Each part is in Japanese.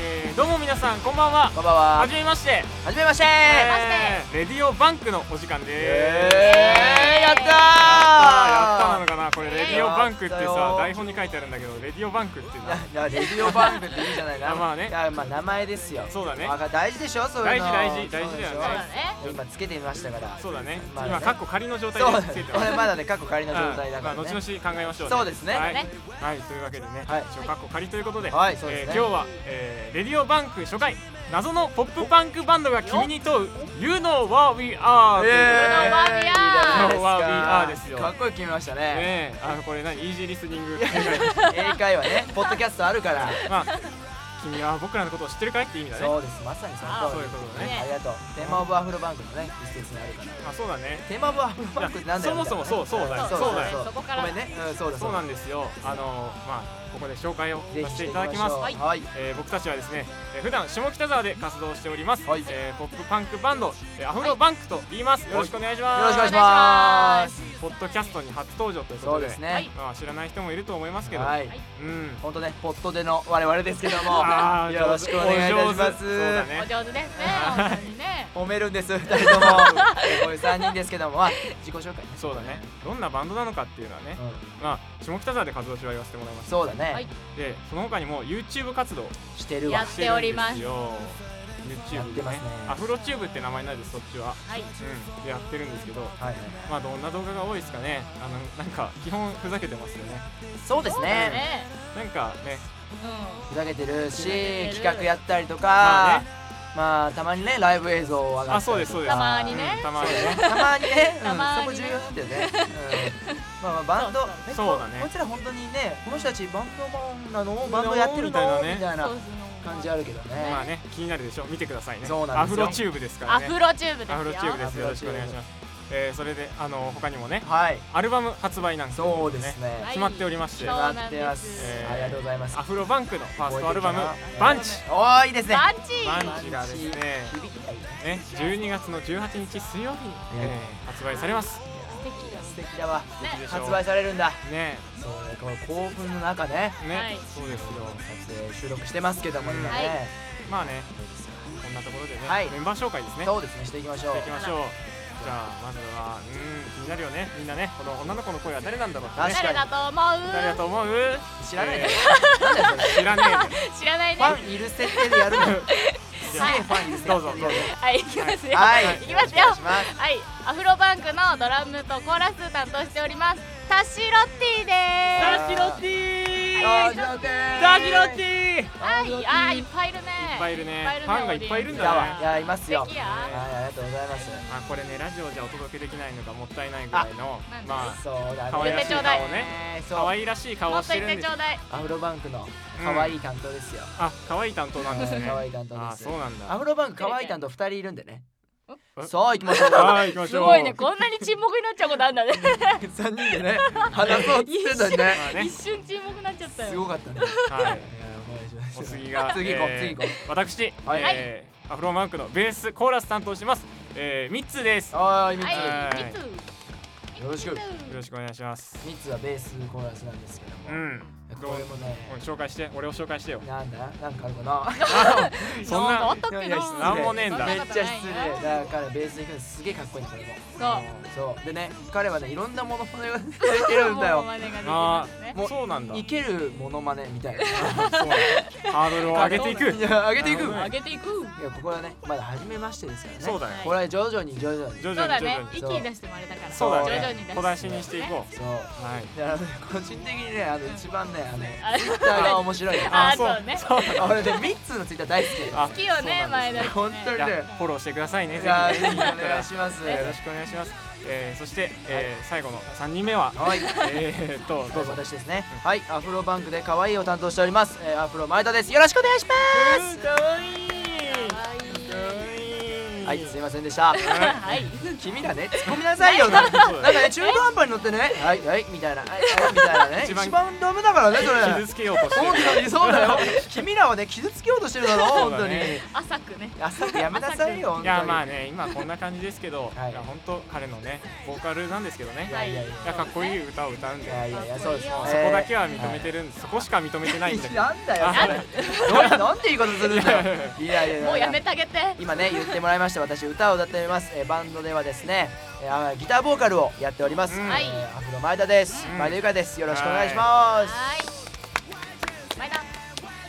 えー、どうも皆さんこんばんはこんばんは。ははじめましてじめまして。ましてレディオバンクのお時間ですえーやっやったーたーやったなのかなこれレディオバンクってやったさよ台本に書いてあるんだけどレディオバンクっていうのはいや、いやレディオバンクっていいじゃないいやな。まあねいや、まあ、名前ですよ。そうだねわか大事でしょそう大いうの。事大事大事だよそうそうねだねでしょ今つけてみましたから。そうだねまあね今カッコ仮の状態そうだでつけねて。 こますれまだね、過去仮の状態だからうんまあ、ね。後々考えましょう、そうですねはい、ねはいというわけでね、はい一応カッコ仮ということで、はいそうですねえー今日は、えーレディオバンク初回謎のポップパンクバンドが君に問う「You know what we are」ということでーね You know Wow, what we we are are ですよかっこよく決めましたね。えあのこれ何イージーリスニングっていうぐらい英会話ね、ポッドキャストあるから。まあ君は僕らのことを知ってるかいって意味だねそうです、まさにそのそ通ういりう。ことだねねありがとう。テーマオブアフロバンクのね、一節にあるから。あそうだねテーマオブアフロバンクってなんだよ。いやそもそもそうそうだよそうだよそこからごめんね。うん、そうだそうなんだ。ですよあのまあここで紹介をぜさひせしていていたただだききまますしょう。ははいい。えー僕たちはですね、えー普段下北沢で活動しております、はいえーポップパンクバンド、えーアフロバンクと言います、よろしくお願いしよろましすくお願いしお願まいしす。ポッドキャストに初登場というこそとうでですはねい。まあ、知らない人もいると思いますけど、はい。うん本当ね、ポットでの我々ですけど もあ、ーよろしくお願いいたしお上ま手す。そうだねお上手ですね本当にね褒めるんです、二人 とも。これ三人ですけども、まあ自己紹介ね。そうだねどんなバンドなのかっていうのはね、うんまあ、下北沢で活動中は言わせてもらいましたそうだはいね。でその他にも YouTube 活動してるやわっ。しててるおんでりますすよやっ YouTube てでますねねアフロチューブって名前ないですそっちは、はいうん、でやってるんですけどはい。まあどんな動画が多いですかねあのなんか基本ふざけてますよねそうですね。なんかねふざけてるふざけてし、る企画やったりとまあかね、まあたまにね、ライブ映像を上がったりとかあそうですそうですたまにねうんたまにねたまにね、たまうん、にそねこ重要なんだよね。うんまあまあバンドそう、えそうだねこいつら本当にね、この人たちバンドマンなの、バンドやってるのみみたいなねたいうんなそうです感じあるけどね。まあね気になるでしょ見てくださいねそうなんですよアフロチューブですからアねフロチューブですよアフロチューブですよろアフロしチくューおブ願いしますえーそれであの他にもねはい、アルバム発売なんかもそうですね。はい決まっておりましてそうななんっでてすます、えーありがとうございますア。フロバンクのファーストアルバム覚えてる「かバンチおーいいですね。バンチ」ババンチがですね響きがいいねね12月の18日水曜日にえー発売されます素敵だ素敵だわ。でしょう発売されるんだ。ねそうね、この興奮の中ね、はねいそうですよ撮影収録してますけども今ね、はいまあねこんなところでねはいメンバー紹介ですねそうですね、していきましょうしてい。きましょうじゃあまずはうん気になるよねみんなねこの女の子の声は誰なんだろうってね確か誰にだと思う誰だと思う知らないえね。なんだよそれ。ー知ら ねえよ知らないフねァンいる設定で やるの。すじげえゃあファンいる設定でやるどうぞどうぞはい行きますよはい、行きますよお願いしますはいアフロバンクのドラムとコーラス担当しておりますタッシーロッティでタダジロティダージロテダジロティーいっすはいあーいっぱいいるねぱいいるねフいっァンがぱいいいるねっぱいいるんだだわ、いねやいますよ。素は敵い、やありがとうございます。あこれねラジオじゃお届けできないのがもったいないぐらいのあなんでまあそうだね。可愛らしい顔ねそう。可愛らしい顔もをっしとて言っるんてでちすょうだいアフロバンクの可愛い担当ですよ。あ可愛い担当なんですね可愛い担当ですあそうなんアだフロバンク可愛い担当2人いるんでねえ。そう行きましょう。はい行きましすょうごいねこんなに沈黙になっちゃうことあるんだね三人でね話そうっつってんの にね。まあね一瞬沈黙になっちゃったよすごかったね。はいいやお願いしまおす次が 次行こうえー次行こ私はいえーアフロマンクのベースコーラス担当してますえーミッツーですよはい、みつ、ははいいミツよろしくミツろしくお願いしますみつはベースコーラスなんですけども。うんどうこれもね、うん紹介して俺を紹介 してよなんだ、なんかあるかな。そんなかあったっけいやいやな失礼なんもねえんだめっちゃそ失んなこ礼。となだいからベースに行くのすげえかっこいいんだよ。そう。そう。でね、彼はね、いろんなものまねがされてるんだモノよ。マネができあますねー そうなんだいけるものまねみた いな。そうハードルを上げていくいや、上げていく。いなるほどねや上げていくここはね、まだ初めましてですからね。そうだよはいこれは徐々に徐々に。徐そう々だに徐ね々に一気に出してもあれだからそうだ徐々ねに出して小出しにしていこうそう。はいであのね個人的にね、あの一番 ね、あの、あツイッターが面白い。ああそうそうねそうあ俺ね、ミッツーのツイッター大好きで。あ好きよねそうなん前で田す君ね本当にいやフォローしてくださいねいぜや、ひぜひおよ願いします。ろしくお願いしますえーそしてえー最後の三人目ははい。えーっとどうぞ私ですね。はい、アフロバンクで可愛いを担当しております。えー、アフロ前田です。よろしくお願いします。かわいい可愛いかわいいはいすいませんでした はい君らね突っ込みなさい よななんかね中途半端に乗ってねはいはいみたいなはいはいみたいなね一番 一番ダメだからねそれ傷つけようとして本る当にそうだよ君らはね傷つけようとしてるだろそ本うだ当にね浅くねあさってやめなさいよ本当にいやまあね今こんな感じですけど、はいい、や本当彼のねボーカルなんですけどねいやいやいやいやかっこいい歌を歌うんいで、やいやいやそうですねそそこだけは認めてるんです、そこしか認めてないんだけどなんだよあそれなんで言い方するんだよ いやいやいやもうやめてあげて今ね言ってもらいました私歌を歌っております、えーバンドではですね、えーあギターボーカルをやっております、うんはいえーアフロ前田です、うん前田由香ですよろしくお願いしますはい前田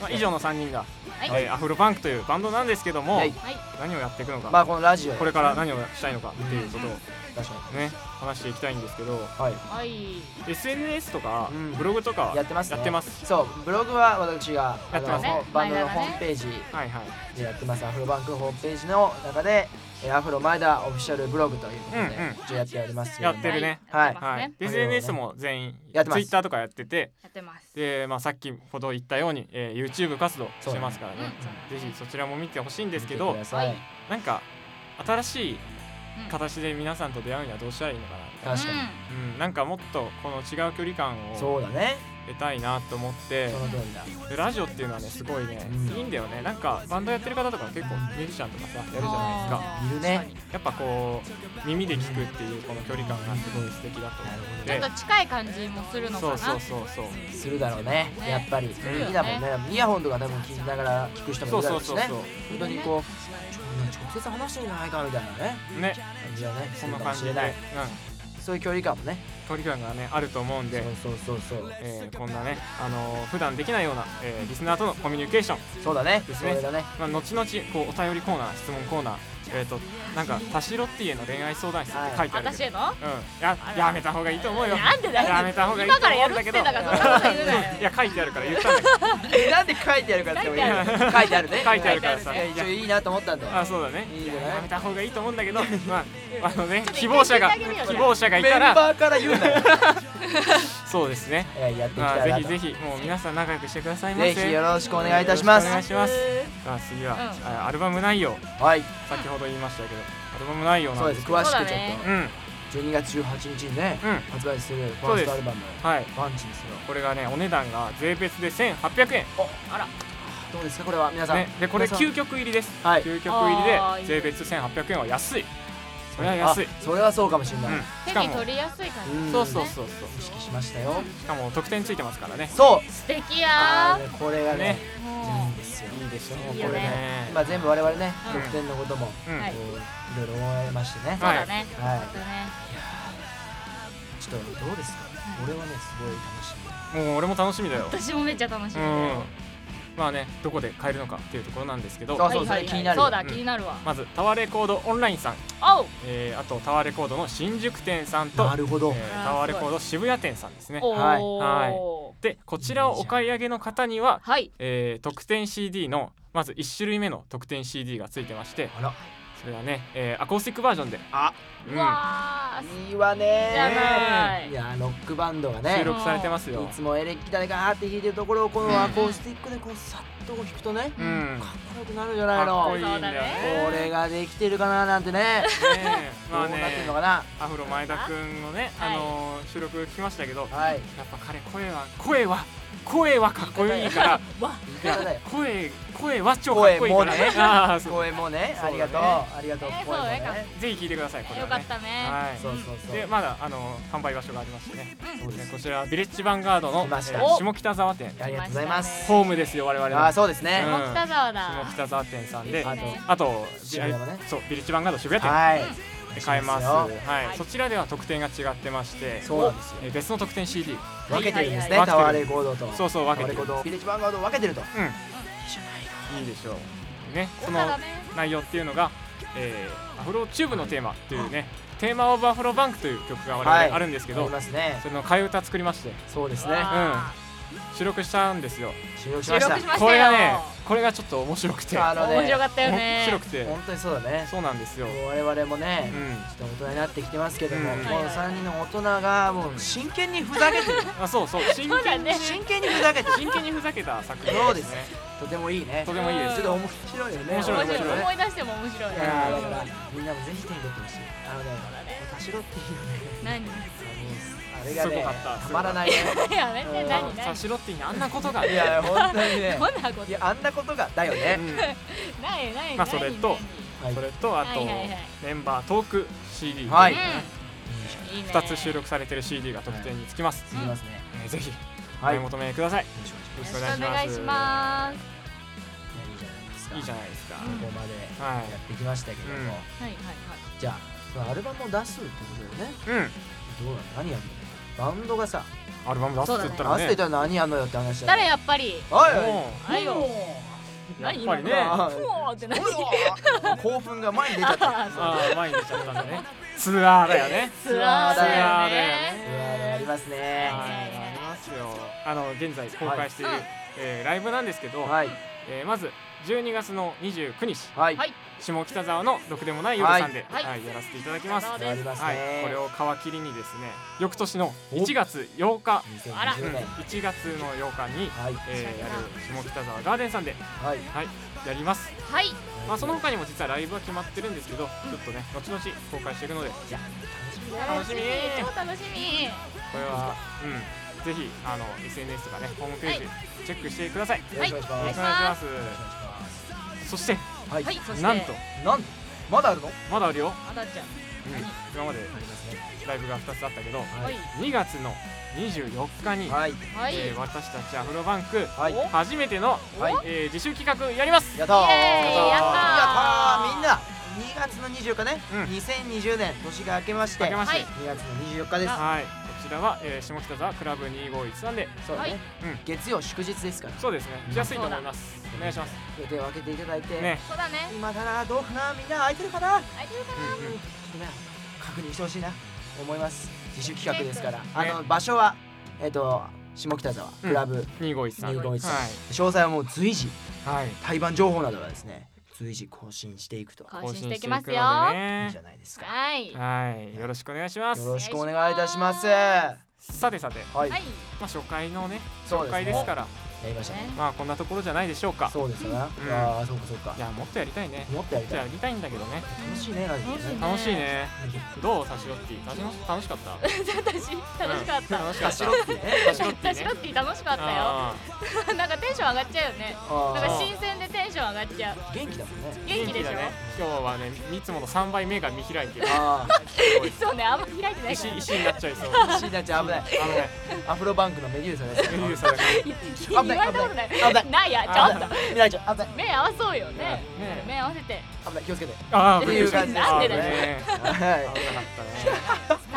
まあ、以上の3人が、はいえーアフロバンクというバンドなんですけども、はいはい何をやっていくのか、まあこのラジオこれから何をしたいのかっていうことを確かね話していきたいんですけどにはいはい SNS とかうんブログとかやってます、ね、やってますそうブログは私がやってますねあのバンドの前田ホがねームページはいはいでやってますアフロバンクホームページの中で、えーアフロ前田オフィシャルブログということで、うんうん一応やっておりますやってるねははいやってますいねで SNS も全員やってます Twitter とかやっててやってますで、まあ、さっきほど言ったように、えー YouTube 活動してますからねそうだねぜひそちらも見てほしいんですけ見どてくださいはいなんか新しいうん形で皆さんと出会うにはどうしたらいいのかなみたいな確かに、うん、なんかもっとこの違う距離感をそうだね得たいなと思ってその通りだでラジオっていうのはねすごいね、うんいいんだよねなんかバンドやってる方とか結構ミュージシャンとかさやるじゃないですかいるねやっぱこう耳で聞くっていうこの距離感がすごい素敵だと思っちょてっと近い感じもするのかそなうそうそうそうするだろうねねやっぱるりよね耳だもんねイヤホンとかでも聞きながら聞く人そもういるそうだろうしそうねそ本当にこう直接話してんじゃないかみたいなねうね感じだねこんな感じで、するうんかもしれない、そういう距離感もね距離感がねあると思うんそうで、そうそうそうえーこんなね、あのー普段できないような、えーリスナーとのコミュニケーション、そうだねですそねれだねまあ、後々こうお便りコーナー質問コーナーえっ、となんか「田代ってへの恋愛相談室」って書いてあるけ私ど、へのうん、ややめた方がいいと思うよなんでだよやめた方がいいと今から思やうんるだってけだどからそんなこと言うなよいや書いてあるから言ったんだけどえなんで書いてあるかってもいい書いてある書いてあるね書いてあるからさいや一応いいなと思ったんだよあそうだねいいんじゃないやめた方がいいと思うんだけどまああのね希望者がちょっと一回聞いてあげるよ希望者がメいンたらバーから言うなよそうですねえーやっていきまたあぜひいなとぜひもう皆さん仲良くしてくださいませぜひよろしくお願いいたしまお願いすしますえさあ次は、うんあアルバム内容はい先ほど言いましたけどアルバム内容そなうんですですけど詳しくちょっそうだねうんうんと12月18日にね発売するファーストアルバムはい「バンチ」ですよこれがねお値段が税別で1800円どうですかこれは皆さんねでこれ皆さん9曲入りですはい9曲入ありーで税別1800円は安いそれは安いあそれはそうかもしれない、うんし手かにも取りやすい感じうんそうそうそうそう意識しましたよしかも特典ついてますからねそう素敵あやーこれがねねーいいもんですよいいでしょいいこよれねね今全部我々ねうん得点のこともこうんはいういろいろ思いましてねうそうだねはいそうだねちょっとどうですか俺はねすごい楽しみもう俺も楽しみだよ私もめっちゃ楽しみうだよんまあねどこで買えるのかっていうところなんですけどそうはいはいはそいれ気になるそうだうん気になるわまずタワーレコードオンラインさん、おうえーあとタワーレコードの新宿店さんと、なるほどえータワーレコード渋谷店さんですねおはいーでこちらをお買い上げの方には、はいえー特典 CD のまず1種類目の特典 CD がついてましてあらそれはね、えーアコースティックバージョンで、あうんうわーいいわねじゃないいやロックバンドが収ね録されてますいよ、つもエレキ誰かーって弾いてるところをこうんのアコースティックでこうさっとこう弾くとねうかん、っこよくなるんじゃないかっのこいいんだよねこれができてるかななんてねねどうまなあっねてるのかなアフロ前田くんのね、はいあのー収録聞きましたけど、はいやっぱ彼声は声は声はかっこいい からわ言い方だよ声声は超かっこいいから声もねあーそう声もねそうだあねりがとうありがとうね声もそうだねねぜひ聞いてくださいこれよは、ね、かったねはいそうそうそうでまだあのー販売場所がありましてね、そうですこちらビレッジヴァンガードの来、ましたえー下北沢店ありがとうございますホームですよ我々のああそうですねうん下北沢だ下北沢店さんでああとと渋谷のねそうビレッジヴァンガード渋谷はい店で買えますそうですはい、はいそちらでは特典が違ってましてそうなんですよえー別の特典 CD 分けてるんですはねいタワーレコードとそうそうタワ分けてーレるコードビレッジヴァンガードを分けてるとうんいいでしょうね豪そ華のだね内容っていうのが、えーアフロチューブのテーマというね「テーマオブアフロバンク」という曲が我々はいあるんですけあど、りますねそれの替え歌作りましてそうですねわねあ収録したんですよ収録し収ました録しましこたれよがねこれがちょっと面白くてあのね面白かったよね面白くて本当にそうだねそうなんですよもう我々もね、うんちょっと大人になってきてますけども、うんこの3人の大人がもう真剣にふ ざけてるあそうそう真そうだ剣にね真剣にふざけてる真剣にふざけた作品そうですねとてもいいねとてもいいですちょっと面白いよね面白い面白いね思い出しても面白いいやーだからみんなもぜひ手に取ってほしいあのね私ろっていうね何 あれがすごねかったたまらないねやめて何サ何シロッティにあんなことがいや本当にねどんなこといやあんなことがだようねんないないまあそれとはいそれとあとはいはいはいメンバートーク CD はいうんいいね2つ収録されてる CD が特典につきますすみますねえーぜひおは買いい求めくださいよろしくお願いしますよろしくお願いしますいいじゃないですかいいじゃないですかここまではやってきましたけどもはいはいじゃあそのアルバムを出すってことだよねいうんどうなの何やるのバンドがさアルバム出すって言った合わらせねていたら何やんのよって話だ誰よやっぱりはいはいもはいようや何っぱりね今のはあいもうって何興奮が前に出ちゃったあそう あ前に出ちゃったんだねツアーだよねツアーだようねわーやりますねはいありますよあの現在公開しているはいえーライブなんですけどはいえーまず12月の29日はいはい下北沢の「ろくでもない夜さんで」はいはいやらせていただきますそはういやりますねこれを皮切りにですね翌年の1月8日あらうん2020年1月の8日にはいえーやる下北沢ガーデンさんではいはいやりますはいまあその他にも実はライブは決まってるんですけど、ちょっとね後々公開していくので、楽しみ超楽しみこれはうんぜひあの SNS とかねホームページはチェックしてください。よろしくお願いしよまろしすくおよは願いします。ろしくお願いしますそしてはいはいそしてなんとなんとまだあるのまだあるよ。あだちゃんうん今までライブが2つあったけど、はい2月の24日に、はいはいえー私たちアフロバンクはいお初めての、はいえー自主企画やります。やったーイエーイやったーやったーみんな2月の24日ね、うん2020年年が明けまして明けまして、はい2月の24日ですはいこちらは、えー下北沢クラブ251さんでそうだね、うはいん月曜祝日ですからそうですね来やすいと思いますだ。お願いします。予定を空けていただいて、ね。そうだね今だなどうかなみんな空いてるかなちょ空いてるかなうんうんっとね確認してほしいな思います自主企画ですから、あの場所はえっ、と下北沢クラブ251さん251さんは詳細はもう随時い、はい、対バン情報などはですね随時更新していくと更新していきますよ更はいう新いしじていくのでねゃないですかいはいよろしくお願いしますよろしくお願いいたしますお願いはさてさて、い、はいまあ、初回のねそう初です回ねですからやりましたねまあこんなところじゃないでしょうかそうですよね、うんああそうかそうかいやもっとやりたいねもっとやりじゃたあいやりたいんだけどね楽しいねラジオね楽しいね楽しいねうんどうサシロッティ楽し楽しかった私楽しかった楽しかカっシたロッティねサシロッティ私ロねッティ楽しかったあよ なんかテンション上がっちゃうよねあなんーか新鮮でテンション上がっちゃう元気だもんねー元気でしょだね今日はねいつもの3倍目が見開い てるあすごいそうねあんま開いてないか石ら石になっちゃいそうあ死んだちゃん危ないあの ねアフロバンクのメデューサですメデューサだからね言われたことない危ない危ないないやちょっと危ないちゃん危ない目合わそうよねね目合わせて危ない気をつけてああっていう感じですなんでだよね危なかったねは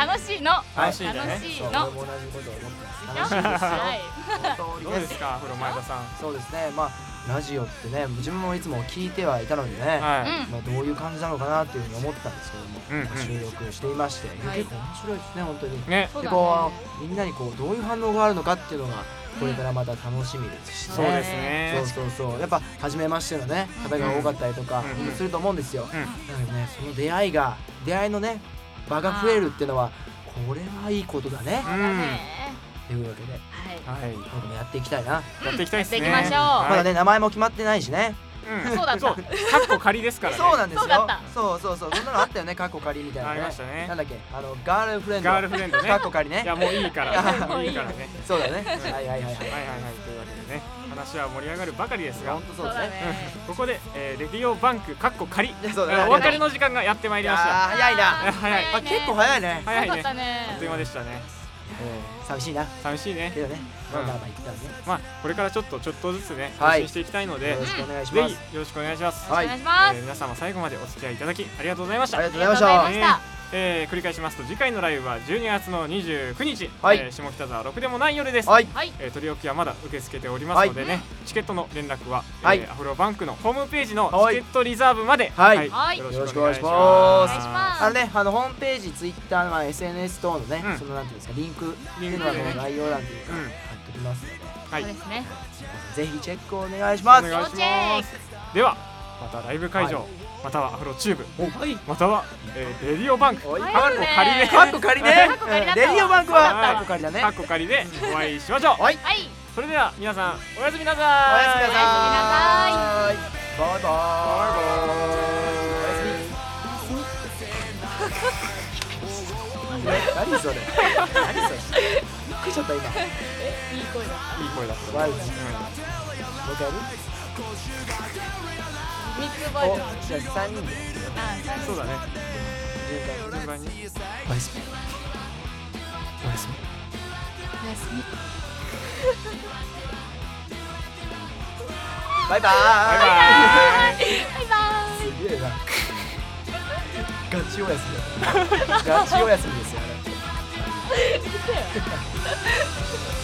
楽しいの楽しいんだね楽しいそうの俺も同じことを思ってます楽しいですよは本ど当うにでねすか風呂前田さん そうですねまあラジオってね自分もいつも聞いてはいたのでねはいいまあどういう感じなのかなっていうふうに思ってたんですけどもうんうんまあ収録していましてはい結構面白いですね本当にねそうでだこねうみんなにこうどういう反応があるのかっていうのがこれからまた楽しみですしねそうですそねうそうそうやっぱ初めましてのね方が多かったりとかうんすると思うんですよ、うなのでねその出会いが出会いのね場が増えるっていうのはこれはいいことだねうそんうだねというわけではいはい僕もやっていきたいなやっていきたいですねやっていきましょうはいまだね名前も決まってないしねうんそうだったそうカッコ仮ですからねそうなんですよそうだったそうそうそうそんなのあったよね過去仮みたいなねありましたねなんだっけあのガールフレンドガールフレンドね過去仮ねいやもういいからも もうういいいいからねそうだねはいはいはいはいはいはいはいというわけでね話は盛り上がるばかりですが本当そそううだだねね ここで、えーレディオバンクカッコ仮いやそうだねお別れの時間がやってまいいりやーました早いなや早いあ結構早いね早いよかっねたあっというね間でしたね寂しいな寂しいねけどねうんまだまだ行ったんでねまあこれからちょっとちょっとずつねはい配信していきたいので、よろしくお願いしぜますひよろしくお願いします、おはい願いしますえー皆様最後までお付き合いいただきありがとうございましたありがあとりうございがまとうごしざいたましたえー繰り返しますと次回のライブは12月の29日、はいえー下北沢ろくでもない夜です、はいはいえー取り置きはまだ受け付けておりますのでね、チケットの連絡は、えーはいアフロバンクのホームページのはいチケットリザーブまで、はいはいよろしくお願いしますよろしくお願いしますお願いしますあのね、あのホームページ、ツイッター、まあ、SNS 等のね、うんそのなんていうんですか、リンクってリンいクうのはこの概要欄というか、うん貼っときますので、はいそうですねぜひチェックお願いしますお要願いしますチェックではまたライブ会場、はいまたはアフロチューブはいまたは、えーレディオバンクおいは過去仮でカッコ仮ねカッコ仮だったレわディオバンクははいカッコ仮だね過去仮でお会いしましょうはいはいそれでは皆さんおやすみなさおやすみなさい。バイバイ。おやすみい 何それ。何それ。びっくりしちゃった今。もいい声だいい声だった、ワイズうう一回やる。ミックボイおルあ、じゃあ三人で三ん人そうだね順番に。順番におやすみ。おやすみ。おやすみバイババイバイイ。バイバーイすげえな。ガチおやすみだ。ガチおやすみですよ。あれ